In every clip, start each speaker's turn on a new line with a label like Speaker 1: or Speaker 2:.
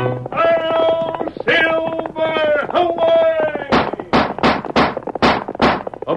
Speaker 1: Hail, Silver, away! A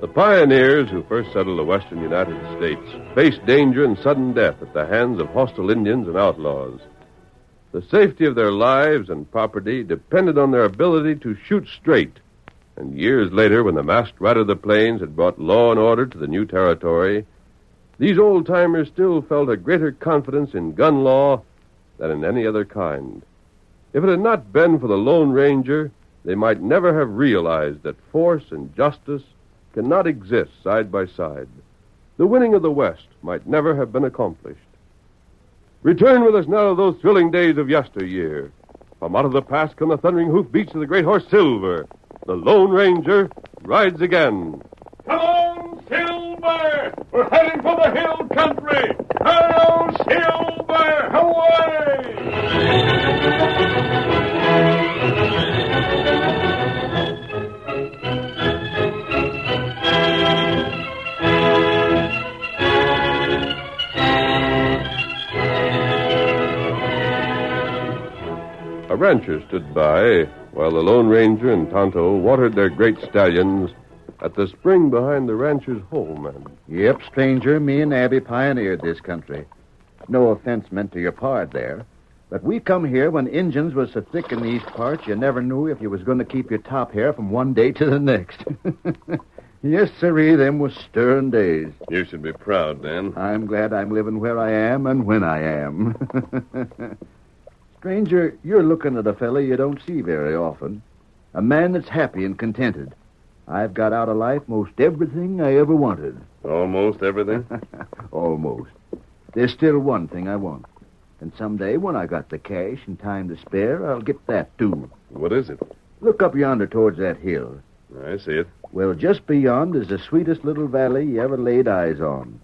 Speaker 1: The pioneers who first settled the western United States faced danger and sudden death at the hands of hostile Indians and outlaws. The safety of their lives and property depended on their ability to shoot straight. And years later, when the masked rider of the plains had brought law and order to the new territory, these old timers still felt a greater confidence in gun law than in any other kind. If it had not been for the Lone Ranger, they might never have realized that force and justice cannot exist side by side. The winning of the West might never have been accomplished. Return with us now to those thrilling days of yesteryear. From out of the past come the thundering hoofbeats of the great horse Silver. The Lone Ranger rides again. Come on, Silver! We're heading for the hill country! Hello, Silver! Away! A rancher stood by while the Lone Ranger and Tonto watered their great stallions at the spring behind the rancher's home. And
Speaker 2: Yep, stranger, me and Abby pioneered this country. No offense meant to your pard there, but we come here when Injuns was so thick in these parts you never knew if you was going to keep your top hair from one day to the next. yes, sirree, them was stern days.
Speaker 1: you should be proud, Dan.
Speaker 2: I'm glad I'm living where I am and when I am. stranger, you're looking at a fella you don't see very often. A man that's happy and contented. I've got out of life most everything I ever wanted.
Speaker 1: Almost everything.
Speaker 2: Almost. There's still one thing I want. And someday, when I got the cash and time to spare, I'll get that, too.
Speaker 1: what is it?
Speaker 2: Look up yonder towards that hill.
Speaker 1: I see it.
Speaker 2: Well, just beyond is the sweetest little valley you ever laid eyes on.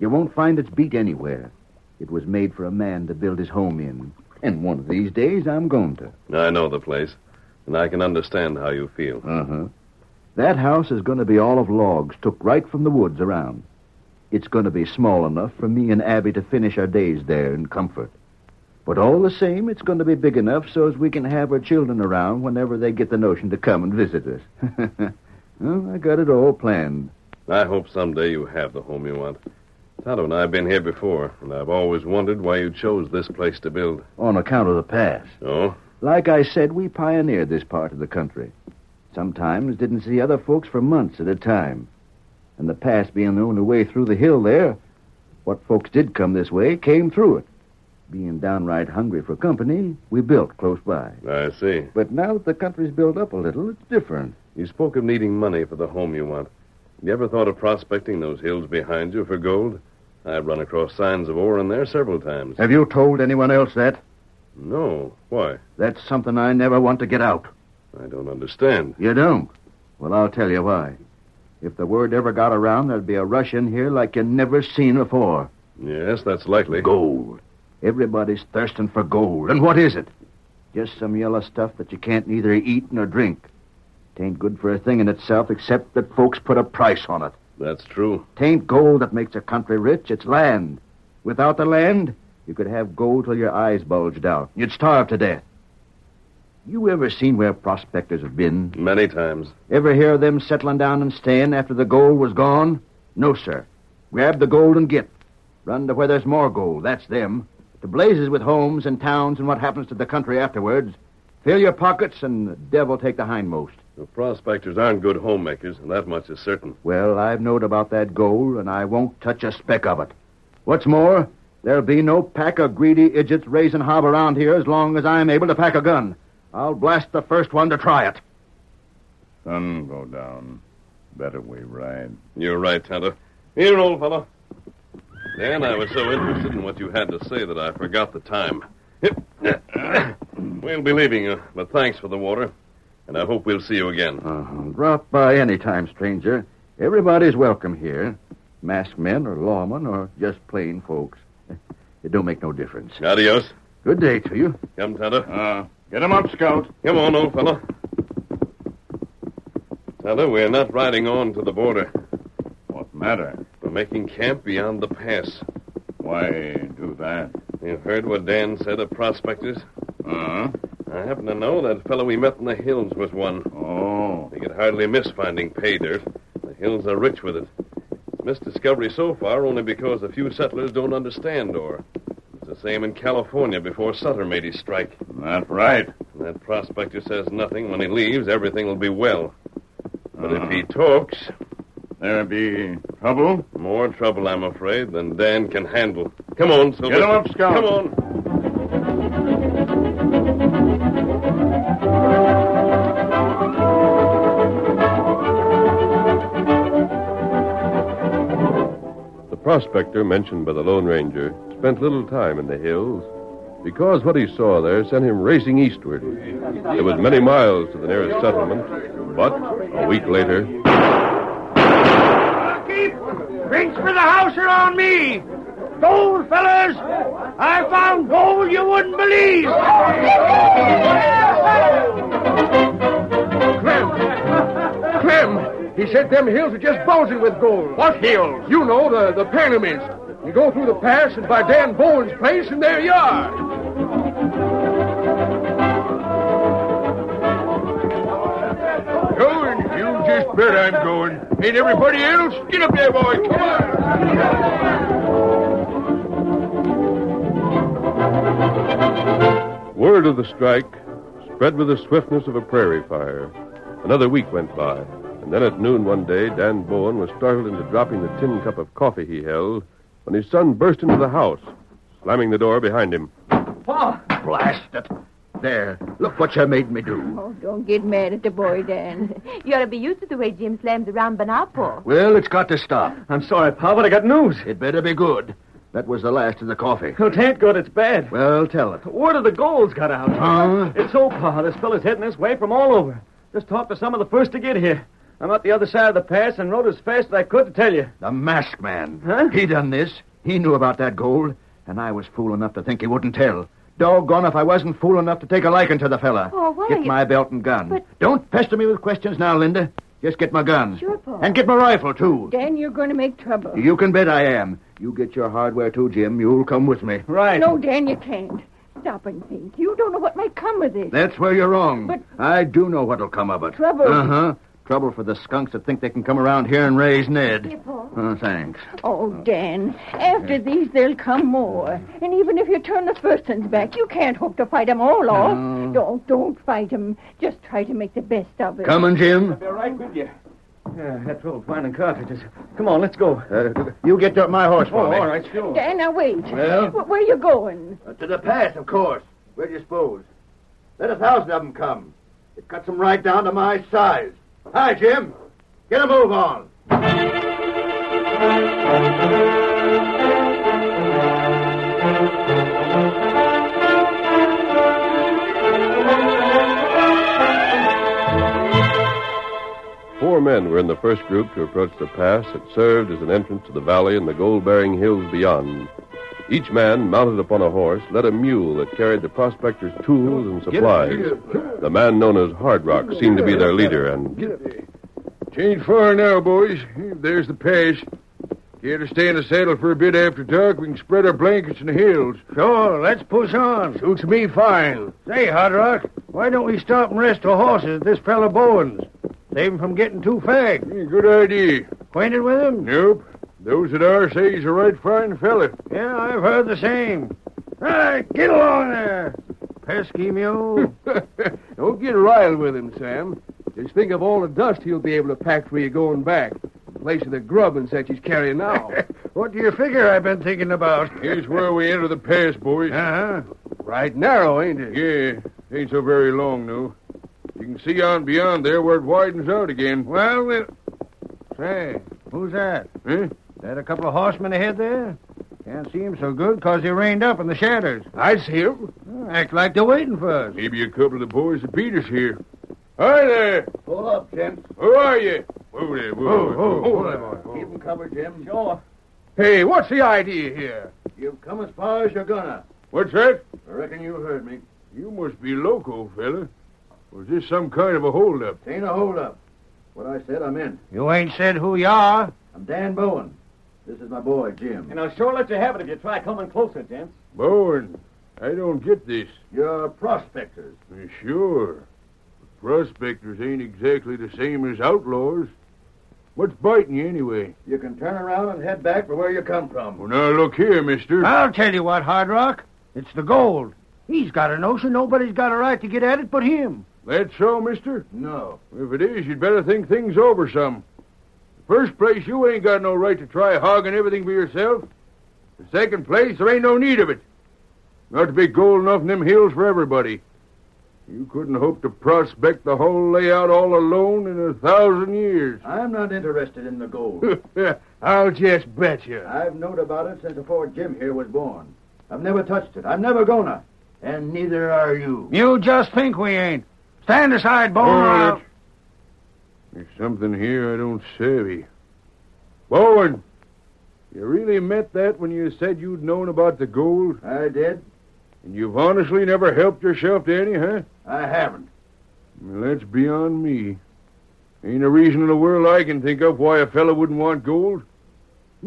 Speaker 2: You won't find its beat anywhere. It was made for a man to build his home in. And one of these days, I'm going to.
Speaker 1: I know the place, and I can understand how you feel.
Speaker 2: Uh huh. That house is going to be all of logs took right from the woods around. It's going to be small enough for me and Abby to finish our days there in comfort. But all the same, it's going to be big enough so as we can have our children around whenever they get the notion to come and visit us. well, I got it all planned.
Speaker 1: I hope someday you have the home you want. Tonto and I have been here before, and I've always wondered why you chose this place to build.
Speaker 2: On account of the past.
Speaker 1: Oh?
Speaker 2: Like I said, we pioneered this part of the country. Sometimes didn't see other folks for months at a time. and the pass being the only way through the hill there, what folks did come this way came through it. Being downright hungry for company, we built close by.
Speaker 1: I see.
Speaker 2: But now that the country's built up a little, it's different.
Speaker 1: You spoke of needing money for the home you want. You ever thought of prospecting those hills behind you for gold? I've run across signs of ore in there several times.
Speaker 2: Have you told anyone else that?
Speaker 1: No. Why?
Speaker 2: That's something I never want to get out.
Speaker 1: I don't understand.
Speaker 2: You don't? Well, I'll tell you why. If the word ever got around, there'd be a rush in here like you never seen before.
Speaker 1: Yes, that's likely.
Speaker 2: Gold. Everybody's thirsting for gold. And what is it? Just some yellow stuff that you can't neither eat nor drink. Tain't good for a thing in itself except that folks put a price on it.
Speaker 1: That's true.
Speaker 2: Tain't gold that makes a country rich, it's land. Without the land, you could have gold till your eyes bulged out. You'd starve to death. You ever seen where prospectors have been?
Speaker 1: Many times.
Speaker 2: Ever hear of them settling down and staying after the gold was gone? No, sir. Grab the gold and get. Run to where there's more gold. That's them. To blazes with homes and towns and what happens to the country afterwards. Fill your pockets and the devil take the hindmost.
Speaker 1: The prospectors aren't good homemakers, and that much is certain.
Speaker 2: Well, I've knowed about that gold, and I won't touch a speck of it. What's more, there'll be no pack of greedy idiots raising hob around here as long as I'm able to pack a gun. I'll blast the first one to try it.
Speaker 3: Sun go down. Better we ride.
Speaker 1: You're right, Tonto. Here, old fellow. Dan, I was so interested in what you had to say that I forgot the time. We'll be leaving you, but thanks for the water, and I hope we'll see you again.
Speaker 2: Uh, drop by any time, stranger. Everybody's welcome here. Masked men or lawmen or just plain folks. It don't make no difference.
Speaker 1: Adios.
Speaker 2: Good day to you.
Speaker 1: Come, Tonto.
Speaker 3: Uh, get him up, Scout.
Speaker 1: Come on, old fellow. Tonto, we're not riding on to the border.
Speaker 3: What matter?
Speaker 1: We're making camp beyond the pass.
Speaker 3: Why do that?
Speaker 1: You've heard what Dan said of prospectors?
Speaker 3: Huh?
Speaker 1: I happen to know that fellow we met in the hills was one.
Speaker 3: Oh,
Speaker 1: He could hardly miss finding pay dirt. The hills are rich with it. It's missed discovery so far only because a few settlers don't understand ore. It's the same in California before Sutter made his strike.
Speaker 3: that right.
Speaker 1: And that prospector says nothing. When he leaves, everything will be well. But if he talks,
Speaker 3: There be trouble?
Speaker 1: more trouble, I'm afraid, than Dan can handle. Come on, Silver.
Speaker 3: Get him up, Scout.
Speaker 1: Come on. The prospector mentioned by the Lone Ranger spent little time in the hills because what he saw there sent him racing eastward. It was many miles to the nearest settlement, but a week later,
Speaker 4: Keep drinks for the house are on me. Gold, fellas. I found gold you wouldn't believe. Clem. Clem. He said them hills are just bulging with gold. What hills? You know, the, the pyramids. You go through the pass and by Dan Bowen's place, and there you are. Going. You just bet I'm going. Ain't everybody else? Get up there, boy. Come on.
Speaker 1: Word of the strike spread with the swiftness of a prairie fire. Another week went by, and then at noon one day, Dan Bowen was startled into dropping the tin cup of coffee he held when his son burst into the house, slamming the door behind him.
Speaker 2: Blast it. There. Look what you made me do.
Speaker 5: Oh, don't get mad at the boy, Dan. You ought to be used to the way Jim slams around Banapo.
Speaker 2: Well, it's got to stop.
Speaker 4: I'm sorry, Pa, but I got news.
Speaker 2: It better be good. That was the last of the coffee.
Speaker 4: It ain't good. It's bad.
Speaker 2: Well, tell it.
Speaker 4: Word of the gold's got out.
Speaker 2: Huh?
Speaker 4: It's so, Pa. This fellow's heading this way from all over. Just talked to some of the first to get here. I'm at the other side of the pass and rode as fast as I could to tell you.
Speaker 2: The masked man.
Speaker 4: Huh?
Speaker 2: He done this. He knew about that gold, and I was fool enough to think he wouldn't tell. Doggone if I wasn't fool enough to take a liking to the fella.
Speaker 5: Oh, why
Speaker 2: Get
Speaker 5: you-
Speaker 2: my belt and gun.
Speaker 5: But-
Speaker 2: Don't pester me with questions now, Linda. Just get my gun.
Speaker 5: Sure, Pa.
Speaker 2: And get my rifle, too.
Speaker 5: Dan, you're going to make trouble.
Speaker 2: You can bet I am. You get your hardware, too, Jim. You'll come with me.
Speaker 4: Right.
Speaker 5: No, Dan, you can't. Stop and think. You don't know what might come of this.
Speaker 2: That's where you're wrong.
Speaker 5: But-
Speaker 2: I do know what'll come of it.
Speaker 5: Trouble.
Speaker 2: Uh-huh. Trouble for the skunks that think they can come around here and raise Ned.
Speaker 5: Here, Pa.
Speaker 2: Oh, thanks.
Speaker 5: Oh, Dan, after these there'll come more. And even if you turn the first ones back, you can't hope to fight 'em all off. Don't, don't fight 'em. Just try to make the best of it.
Speaker 2: Coming, Jim?
Speaker 4: Be right with you.
Speaker 6: Yeah, I had trouble finding cartridges. Come on, let's go.
Speaker 2: Uh,
Speaker 6: Oh,
Speaker 2: You get to my horse for me.
Speaker 6: right, sure.
Speaker 5: Dan, now wait.
Speaker 2: Well?
Speaker 5: Wh- Where are you going?
Speaker 2: to the pass, of course. Where do you suppose? Let a thousand of them come. It cuts them right down to my size. Hi, Jim. Get a move on.
Speaker 1: Four men were in the first group to approach the pass that served as an entrance to the valley and the gold bearing hills beyond. Each man, mounted upon a horse, led a mule that carried the prospector's tools and supplies. The man known as Hard Rock seemed to be their leader, and
Speaker 4: Change far now, boys. There's the pass. Care to stay in the saddle for a bit after dark? We can spread our blankets in the hills. Sure, let's push on. Suits me fine. Say, Hot Rock, why don't we stop and rest our horses at this fellow Bowen's? Save him from getting too fagged. good idea. Acquainted with him? Nope. Those that are say he's a right fine fella. Yeah, I've heard the same. Hey, get along there, pesky mule. don't get riled with him, Sam. Just think of all the dust he'll be able to pack for you going back. In place of the grub and such he's carrying now. what do you figure I've been thinking about?
Speaker 1: here's where we enter the pass, boys.
Speaker 4: Uh-huh. Right narrow, ain't it?
Speaker 1: Yeah, ain't so very long, no. You can see on beyond there where it widens out again.
Speaker 4: Well, we... Say, who's that?
Speaker 6: Eh?
Speaker 1: Huh?
Speaker 4: That a couple of horsemen ahead there? Can't see 'em so good 'cause they reined up in the shadows. I see 'em. Act like they're waiting for us.
Speaker 1: Maybe a couple of the boys that beat us here. Hi there!
Speaker 2: Pull up, Jim.
Speaker 1: Who are you? Whoa there, whoa.
Speaker 4: Whoa,
Speaker 3: Oh,
Speaker 4: whoa,
Speaker 2: Keep 'em covered, Jim. Sure.
Speaker 4: Hey, what's the idea here?
Speaker 2: You've come as far as you're gonna.
Speaker 1: What's that?
Speaker 2: I reckon you heard me.
Speaker 1: You must be loco, fella. Was this some kind of a holdup?
Speaker 2: Ain't a holdup. What I said, I'm in.
Speaker 4: You ain't said who you are.
Speaker 2: I'm Dan Bowen. This is my boy, Jim.
Speaker 6: And I'll sure let you have it if you try coming closer, gents.
Speaker 1: Bowen, I don't get this.
Speaker 2: You're prospectors.
Speaker 1: Sure. Prospectors ain't exactly the same as outlaws. What's biting you anyway?
Speaker 2: You can turn around and head back for where you come from.
Speaker 1: Well, now look here, mister.
Speaker 4: I'll tell you what, Hard Rock. It's the gold. He's got a notion nobody's got a right to get at it but him.
Speaker 1: That so, mister?
Speaker 2: No.
Speaker 1: If it is, you'd better think things over some. First place, you ain't got no right to try hogging everything for yourself. The second place, there ain't no need of it. Not to be gold enough in them hills for everybody. You couldn't hope to prospect the whole layout all alone in a thousand years.
Speaker 2: I'm not interested in the gold.
Speaker 4: I'll just bet you.
Speaker 2: I've known about it since before Jim here was born. I've never touched it. I'm never gonna. And neither are you.
Speaker 4: You just think we ain't. Stand aside, Bone. or
Speaker 1: All
Speaker 4: I'll-
Speaker 1: right. There's something here I don't savvy. Bowen, you really meant that when you said you'd known about the gold,
Speaker 2: I did.
Speaker 1: and you've honestly never helped yourself to any, huh?
Speaker 2: I haven't.
Speaker 1: Well, that's beyond me. Ain't a reason in the world I can think of why a fellow wouldn't want gold.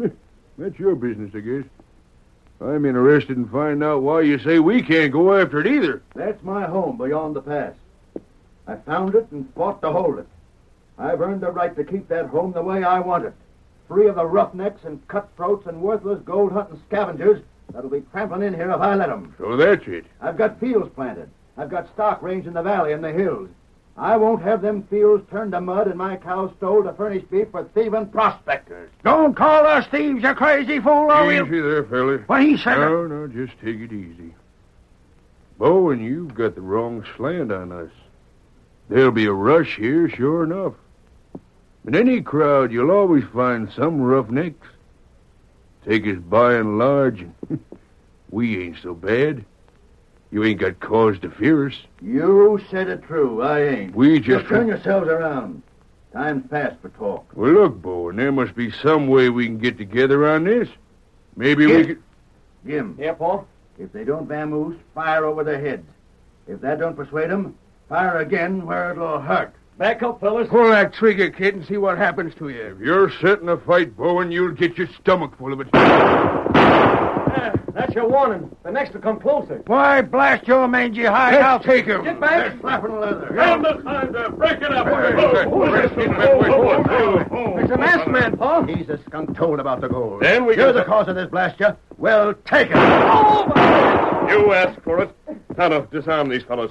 Speaker 1: Heh, That's your business, I guess. I'm interested in finding out why you say we can't go after it either.
Speaker 2: That's my home beyond the pass. I found it and fought to hold it. I've earned the right to keep that home the way I want it. Free of the roughnecks and cutthroats and worthless gold hunting scavengers that'll be trampling in here if I let 'em.
Speaker 1: So that's it.
Speaker 2: I've got fields planted. I've got stock range in the valley and the hills. I won't have them fields turned to mud and my cows stole to furnish beef for thieving prospectors.
Speaker 4: Don't call us thieves, you crazy fool,
Speaker 2: Oh,
Speaker 4: or we'll...
Speaker 1: Easy there, fella.
Speaker 4: What he said...
Speaker 1: No, no, just take it easy. Bowen, you've got the wrong slant on us. There'll be a rush here, sure enough. In any crowd, you'll always find some roughnecks. Take us by and large, and we ain't so bad. You ain't got cause to fear us.
Speaker 2: You said it true. I ain't.
Speaker 1: We
Speaker 2: Just
Speaker 1: just.
Speaker 2: turn yourselves around. Time's past for talk.
Speaker 1: Well, look, Bowen, there must be some way we can get together on this. Maybe we
Speaker 2: Yes.
Speaker 1: could.
Speaker 2: Jim,
Speaker 6: Yeah, Paul?
Speaker 2: if they don't vamoose, fire over their heads. If that don't persuade 'em, fire again where it'll hurt.
Speaker 6: Back up, fellas.
Speaker 4: Pull that trigger, kid, and see what happens to you.
Speaker 1: If you're setting a fight, Bowen, you'll get your stomach full of it.
Speaker 6: Yeah, that's your warning. The next will come closer.
Speaker 4: Why, blast your mangy hide. I'll take him.
Speaker 6: Get back.
Speaker 2: Slapping leather.
Speaker 4: It's a masked man, Paul.
Speaker 2: He's a skunk told about the gold.
Speaker 3: Then we
Speaker 2: You're
Speaker 3: got
Speaker 2: the
Speaker 3: the-
Speaker 2: cause of this blast, you. Well, take it.
Speaker 3: You asked for it. Tonto, disarm these fellows.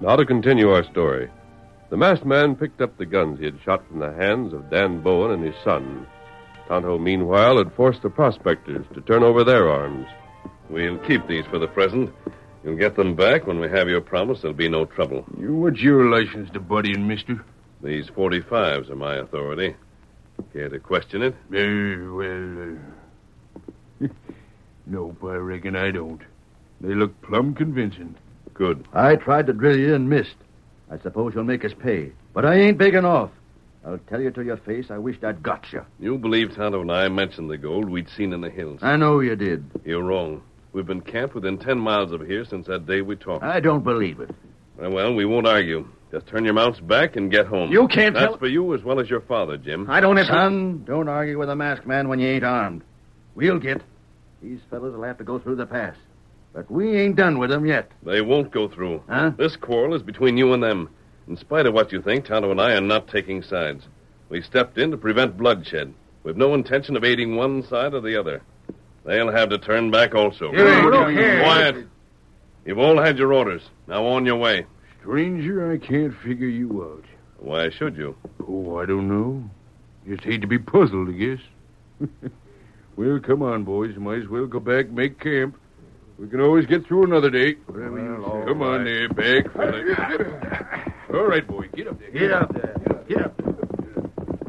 Speaker 1: Now to continue our story. The masked man picked up the guns he had shot from the hands of Dan Bowen and his son. Tonto, meanwhile, had forced the prospectors to turn over their arms.
Speaker 7: We'll keep these for the present. You'll get them back when we have your promise. There'll be no trouble.
Speaker 4: You, what's your license to buddy and mister?
Speaker 7: These 45s are my authority. Care to question it?
Speaker 4: Eh, well, uh, nope, I reckon I don't. They look plumb convincing.
Speaker 7: Good.
Speaker 2: I tried to drill you and missed. I suppose you'll make us pay. But I ain't big enough. I'll tell you to your face, I wished I'd got you.
Speaker 7: You believe Tonto and I mentioned the gold we'd seen in the hills.
Speaker 2: I know you did.
Speaker 7: You're wrong. We've been camped within 10 miles of here since that day we talked.
Speaker 2: I don't believe it.
Speaker 7: Well, we won't argue. Just turn your mounts back and get home.
Speaker 6: You can't
Speaker 7: That's
Speaker 6: tell-
Speaker 7: for you as well as your father, Jim.
Speaker 6: I don't have to.
Speaker 2: Son, don't argue with a masked man when you ain't armed. We'll get. These fellas will have to go through the pass. But we ain't done with them yet.
Speaker 7: They won't go through.
Speaker 2: Huh?
Speaker 7: This quarrel is between you and them. In spite of what you think, Tonto and I are not taking sides. We stepped in to prevent bloodshed. We've no intention of aiding one side or the other. They'll have to turn back also.
Speaker 4: Yeah, look here.
Speaker 7: Quiet. You've all had your orders. Now on your way.
Speaker 4: Stranger, I can't figure you out.
Speaker 7: Why should you?
Speaker 4: Oh, I don't know. Just hate to be puzzled, I guess. well, come on, boys. Might as well go back and make camp. We can always get through another day. Whatever you say. Come on there, back. fella. all right, boy. Get up there. Get up there. Get up.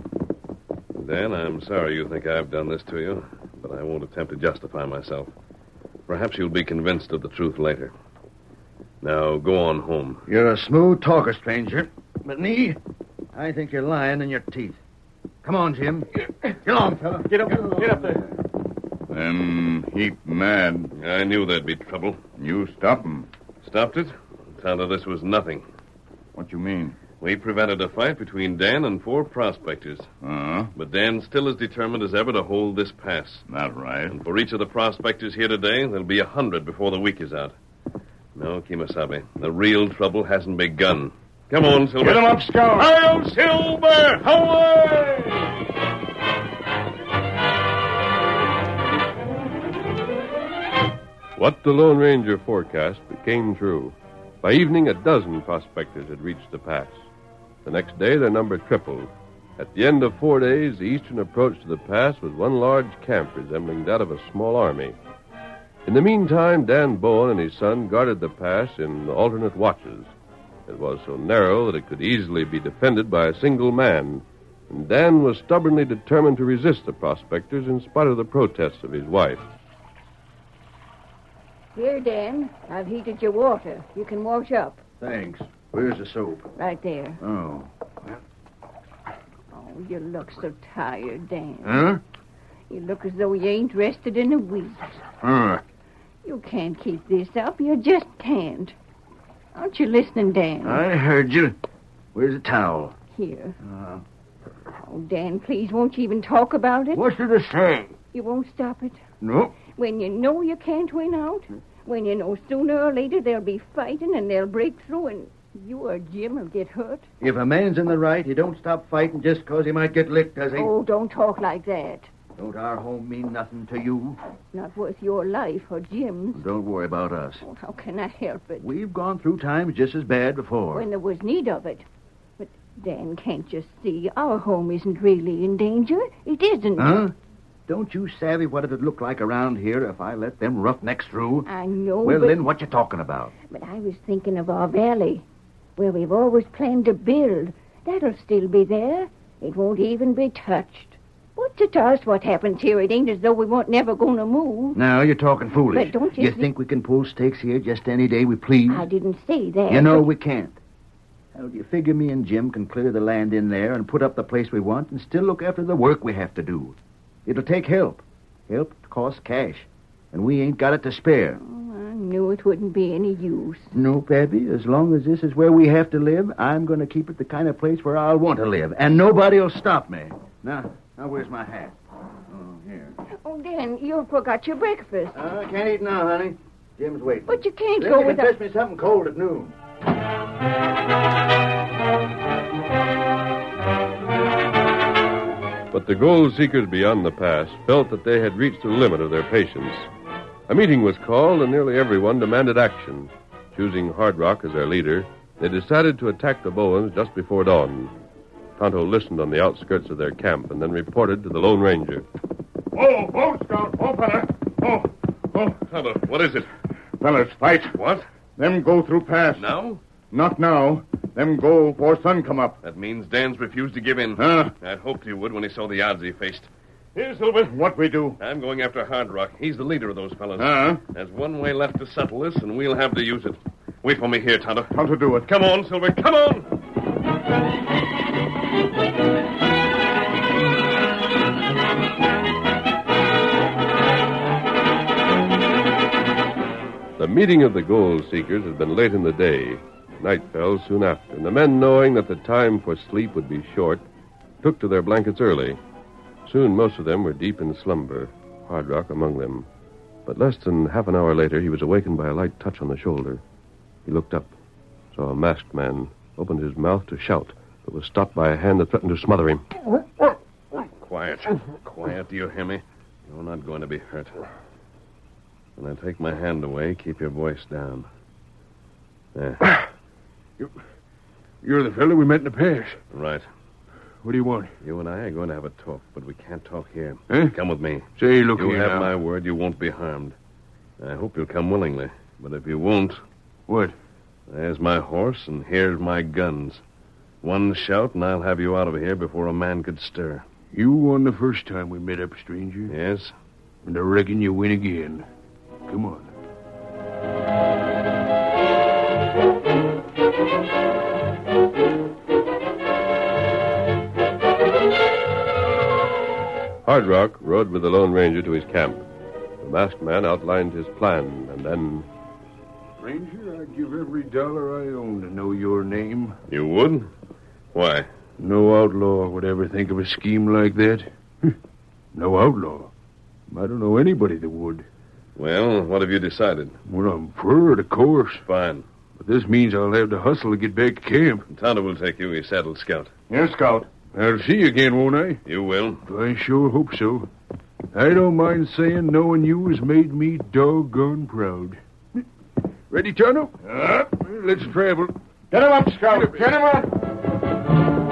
Speaker 7: Dan, I'm sorry you think I've done this to you, but I won't attempt to justify myself. Perhaps you'll be convinced of the truth later. Now go on home.
Speaker 2: You're a smooth talker, stranger. But me, I think you're lying in your teeth. Come on, Jim. Get on, fella.
Speaker 6: Get up, get up there.
Speaker 3: Them heap mad.
Speaker 7: I knew there'd be trouble.
Speaker 3: You stop 'em.
Speaker 7: Stopped it? Tonto, this was nothing.
Speaker 3: What you mean?
Speaker 7: We prevented a fight between Dan and four prospectors,
Speaker 3: Uh-huh.
Speaker 7: but Dan still as determined as ever to hold this pass.
Speaker 3: Not right.
Speaker 7: And for each of the prospectors here today, there'll be a hundred before the week is out. No, Kimasabe, the real trouble hasn't begun. Come on, Silver. Get him up, Scout. Hail, Silver! Away!
Speaker 1: What the Lone Ranger forecast became true. By evening, a dozen prospectors had reached the pass. The next day, their number tripled. At the end of four days, the eastern approach to the pass was one large camp resembling that of a small army. In the meantime, Dan Bowen and his son guarded the pass in alternate watches. It was so narrow that it could easily be defended by a single man, and Dan was stubbornly determined to resist the prospectors in spite of the protests of his wife.
Speaker 5: Here, Dan, I've heated your water. You can wash up
Speaker 2: Thanks. Where's the soap?
Speaker 5: right there.
Speaker 2: Oh.
Speaker 5: Oh, you look so tired, Dan.
Speaker 2: Huh?
Speaker 5: You look as though you ain't rested in a week.
Speaker 2: Huh.
Speaker 5: You can't keep this up. You just can't. Aren't you listening, Dan?
Speaker 2: I heard you. Where's the towel?
Speaker 5: Here. Oh, Dan, please, won't you even talk about it?
Speaker 2: What's there to say?
Speaker 5: You won't stop it.
Speaker 2: No.
Speaker 5: When you know you can't win out, when you know sooner or later there'll be fighting and they'll break through and you or Jim will get hurt.
Speaker 2: If a man's in the right, he don't stop fighting just 'cause he might get licked, does he?
Speaker 5: Oh, don't Oh, talk like that.
Speaker 2: Don't our home mean nothing to you?
Speaker 5: Not worth your life or Jim's.
Speaker 2: Don't worry about us.
Speaker 5: Oh, How can I help it?
Speaker 2: We've gone through times just as bad before.
Speaker 5: When there was need of it. But Dan can't just see our home isn't really in danger. It isn't.
Speaker 2: Huh? Don't you savvy what it'd look like around here if I let them roughnecks through?
Speaker 5: I know,
Speaker 2: well,
Speaker 5: Oh, but,
Speaker 2: then what you talking about?
Speaker 5: but I was thinking of our valley, where we've always planned to build. That'll still be there. It won't even be touched. What's it to us what happens here? It ain't as though we weren't never going to move.
Speaker 2: Now you're talking foolish.
Speaker 5: But don't you
Speaker 2: you
Speaker 5: see-
Speaker 2: think we can pull stakes here just any day we please?
Speaker 5: I didn't say that.
Speaker 2: You know we can't. How do you figure me and Jim can clear the land in there and put up the place we want and still look after the work we have to do? It'll take help. Help costs cash. And we ain't got it to spare.
Speaker 5: Oh, I knew it wouldn't be any use.
Speaker 2: No, Pappy, as long as this is where we have to live, I'm going to keep it the kind of place where I'll want to live. And nobody will stop me. Now, now where's my hat? Oh, here.
Speaker 5: Oh, Dan, you forgot your breakfast.
Speaker 2: I Uh, can't eat now, honey. Jim's waiting.
Speaker 5: But you can't
Speaker 2: Then
Speaker 5: go
Speaker 2: you can
Speaker 5: without.
Speaker 2: fetch me something cold at noon.
Speaker 1: But the gold seekers beyond the pass felt that they had reached the limit of their patience. A meeting was called, and nearly everyone demanded action. Choosing Hard Rock as their leader, they decided to attack the Bowens just before dawn. Tonto listened on the outskirts of their camp and then reported to the Lone Ranger.
Speaker 4: Whoa, whoa, Scout. Whoa, fella. Whoa.
Speaker 7: Oh,
Speaker 4: Whoa.
Speaker 7: Tonto, what is it?
Speaker 4: Fellas, fight.
Speaker 7: What?
Speaker 4: Them go through pass.
Speaker 7: Now?
Speaker 4: Not now. Them go before sun come up.
Speaker 7: That means Dan's refused to give in.
Speaker 4: Huh?
Speaker 7: I hoped he would when he saw the odds he faced. Here, Silver.
Speaker 4: What we do? Uh-huh.
Speaker 7: I'm going after Hard Rock. He's the leader of those fellows.
Speaker 4: Huh?
Speaker 7: There's one way left to settle this, and we'll have to use it. Wait for me here, Tonto.
Speaker 4: How to do it?
Speaker 7: Come on, Silver. Come on.
Speaker 1: The meeting of the gold seekers had been late in the day. Night fell soon after, and the men, knowing that the time for sleep would be short, took to their blankets early. Soon most of them were deep in slumber, Hard Rock among them. But less than half an hour later, he was awakened by a light touch on the shoulder. He looked up, saw a masked man, opened his mouth to shout, but was stopped by a hand that threatened to smother him.
Speaker 7: Quiet. Quiet. Do you hear me? You're not going to be hurt. When I take my hand away, keep your voice down. There.
Speaker 4: You're the fella we met in the pass.
Speaker 7: Right.
Speaker 4: What do you want?
Speaker 7: You and I are going to have a talk, but we can't talk here.
Speaker 4: Huh?
Speaker 7: Come with me.
Speaker 4: Say, Eh? look
Speaker 7: you
Speaker 4: here
Speaker 7: have
Speaker 4: now.
Speaker 7: my word you won't be harmed. I hope you'll come willingly. But if you won't,
Speaker 4: What?
Speaker 7: there's my horse and here's my guns. One shout and I'll have you out of here before a man could stir.
Speaker 4: You won the first time we met up, stranger.
Speaker 7: Yes?
Speaker 4: And I reckon you win again. Come on.
Speaker 1: Hard Rock rode with the Lone Ranger to his camp. The masked man outlined his plan, and then
Speaker 4: Ranger, I'd give every dollar I own to know your name.
Speaker 7: You would? Why?
Speaker 4: No outlaw would ever think of a scheme like that. no outlaw. I don't know anybody that would.
Speaker 7: Well, what have you decided?
Speaker 4: Well, I'm for it, of course.
Speaker 7: Fine.
Speaker 4: But this means I'll have to hustle to get back to camp.
Speaker 7: Tonto will take you. He's saddled scout.
Speaker 4: Yes, Scout. I'll see you again, won't I?
Speaker 7: You will.
Speaker 4: I sure hope so. I don't mind saying knowing you has made me doggone proud. Ready, Tonto? Up. Let's travel. Uh-huh. Get him up, Scout. Get him up.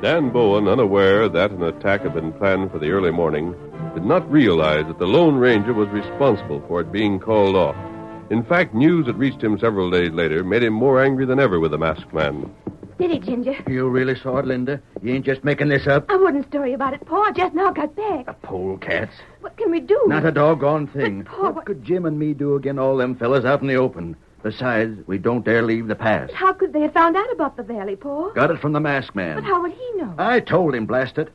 Speaker 1: Dan Bowen, unaware that an attack had been planned for the early morning, did not realize that the Lone Ranger was responsible for it being called off. In fact, news that reached him several days later made him more angry than ever with the masked man.
Speaker 5: Did it, Ginger?
Speaker 2: You really saw it, Linda? You ain't just making this up?
Speaker 5: I wouldn't story about it. Paul just now got back.
Speaker 2: Polecats.
Speaker 5: What can we do?
Speaker 2: Not a doggone thing.
Speaker 5: But, Paul,
Speaker 2: what
Speaker 5: what-
Speaker 2: could Jim and me do again all them fellas out in the open? Besides, we don't dare leave the pass.
Speaker 5: How could they have found out about the valley, Paul?
Speaker 2: Got it from the masked
Speaker 5: But
Speaker 2: man.
Speaker 5: how would he know?
Speaker 2: I told him, blast it.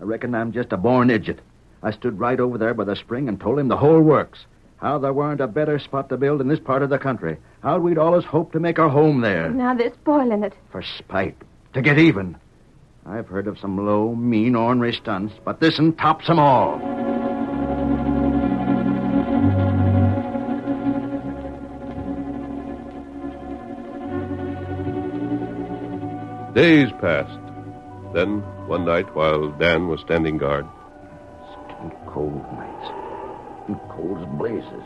Speaker 2: I reckon I'm just a born idiot. I stood right over there by the spring and told him the whole works. How there weren't a better spot to build in this part of the country. How we'd always hoped to make our home there.
Speaker 5: Now they're spoiling it.
Speaker 2: For spite. To get even. I've heard of some low, mean, ornery stunts, but this one tops them all.
Speaker 1: Days passed. Then, one night, while Dan was standing guard,
Speaker 2: And cold nights. And cold as blazes.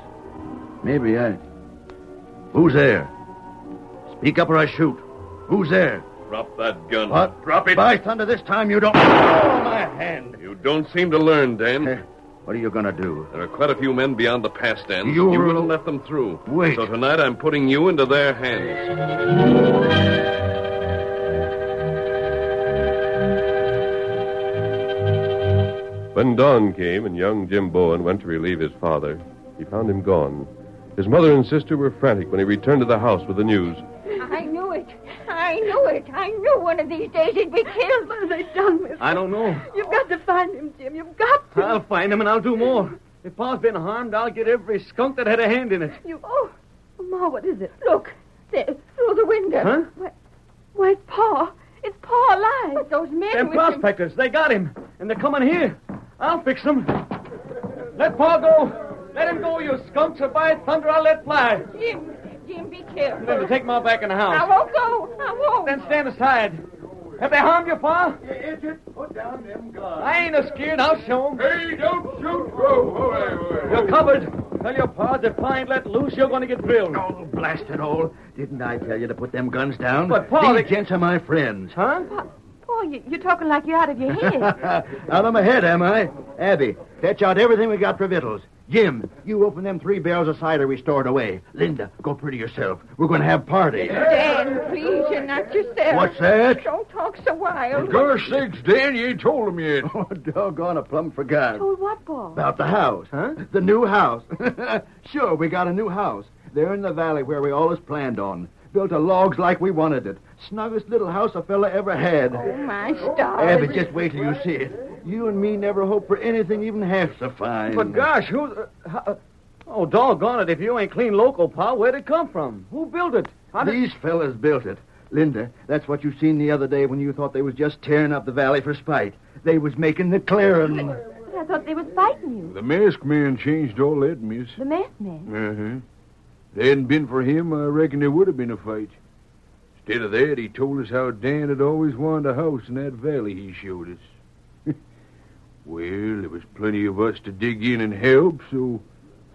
Speaker 2: Maybe I. Who's there? Speak up or I shoot. Who's there?
Speaker 7: Drop that gun.
Speaker 2: What?
Speaker 7: Drop it.
Speaker 2: By thunder, this time you don't. Oh, my hand.
Speaker 7: You don't seem to learn, Dan.
Speaker 2: Eh. What are you going to do?
Speaker 7: There are quite a few men beyond the pass, Dan.
Speaker 2: You-
Speaker 7: would have let them through.
Speaker 2: Wait.
Speaker 7: So tonight I'm putting you into their hands.
Speaker 1: When dawn came and young Jim Bowen went to relieve his father, he found him gone. His mother and sister were frantic when he returned to the house with the news.
Speaker 5: I knew it. I knew it. I knew one of these days he'd be killed.
Speaker 8: What have they done with him?
Speaker 6: I don't know.
Speaker 8: You've got to find him, Jim. You've got to.
Speaker 6: I'll find him and I'll do more. If Pa's been harmed, I'll get every skunk that had a hand in it.
Speaker 8: You. Oh, Ma, what is it?
Speaker 5: Look, there, through the window.
Speaker 6: Huh?
Speaker 8: Why, it's Pa. It's Pa alive.
Speaker 5: But those men
Speaker 6: Them
Speaker 5: with
Speaker 6: prospectors, they got him. And they're coming here. I'll fix them. Let Pa go. Let him go, you skunks, or by thunder I'll let fly.
Speaker 5: the... Jim, Jim, be careful.
Speaker 6: Remember, take Ma back in the
Speaker 5: I
Speaker 6: house.
Speaker 5: won't go. I won't.
Speaker 6: Then stand aside. Have they harmed you, Pa? You idiot. Put down them guns. I ain't a scared. I'll show 'em.
Speaker 4: Hey, don't shoot, bro.
Speaker 6: You're covered. Tell your Pa that if I ain't let loose, you're going to get drilled.
Speaker 2: Oh, blast it all. Didn't I tell you to put them guns down?
Speaker 6: But, Paul,
Speaker 2: These
Speaker 6: they-
Speaker 2: gents are my friends.
Speaker 6: Huh?
Speaker 8: Pa, you, you're talking like you're out of your head.
Speaker 2: out of my head, am I? Abby, fetch out everything we got for victuals. Jim, you open them three barrels of cider we stored away. Linda, go pretty yourself. We're going to have party.
Speaker 5: Dan, please, you're not yourself.
Speaker 2: What's that?
Speaker 5: Don't talk so wild.
Speaker 4: Gosh sakes, Dan, you ain't told him yet.
Speaker 2: Oh, doggone, a plumb forgot.
Speaker 8: Told what, Pa?
Speaker 2: About the house. Huh? The new house. sure, we got a new house. There in the valley where we always planned on. Built of logs like we wanted it. Snuggest little house a fella ever had.
Speaker 5: Oh, my stars.
Speaker 2: Abby, just wait till you see it. You and me never hoped for anything even half so fine.
Speaker 6: But gosh, who? Uh, ho- uh, oh, doggone it! If you ain't clean local, pal, where'd it come from? Who built it? How did?
Speaker 2: These fellas built it. Linda, that's what you seen the other day when you thought they was just tearing up the valley for spite. They was making the clearing.
Speaker 8: But I thought they was fighting you.
Speaker 4: The masked man changed all that, miss.
Speaker 8: The masked man.
Speaker 4: Uh-huh. If it hadn't been for him, I reckon there would have been a fight. Instead of that, he told us how Dan had always wanted a house in that valley he showed us. well, there was plenty of us to dig in and help, so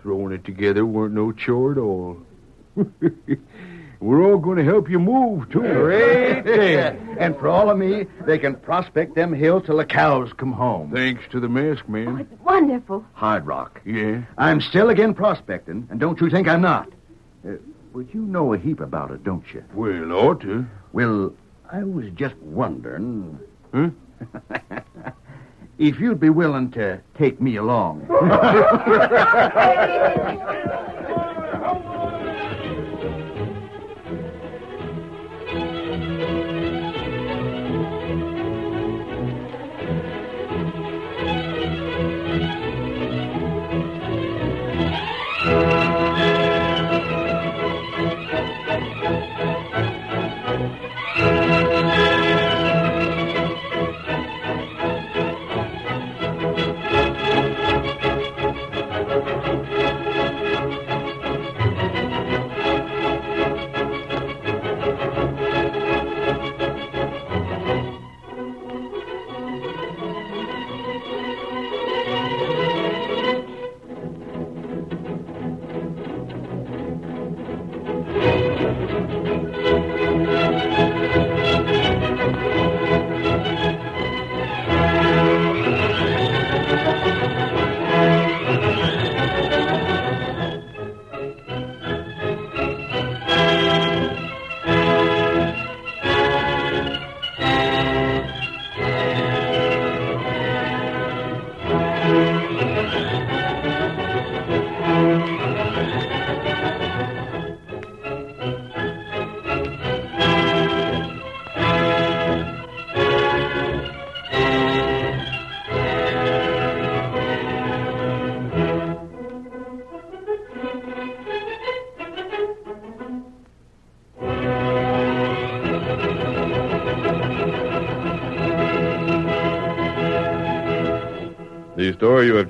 Speaker 4: throwing it together weren't no chore at all. We're all going to help you move, too.
Speaker 2: Great day. and for all of me, they can prospect them hills till the cows come home.
Speaker 4: Thanks to the masked
Speaker 2: Hmm?
Speaker 4: man.
Speaker 8: It's wonderful.
Speaker 2: Hard rock.
Speaker 4: Yeah.
Speaker 2: I'm still again prospecting, and don't you think I'm not. Uh, well, you know a heap about it, don't you?
Speaker 4: Well, ought to.
Speaker 2: Well, I was just wondering.
Speaker 4: Huh?
Speaker 2: if you'd be willing to take me along.
Speaker 1: The story you have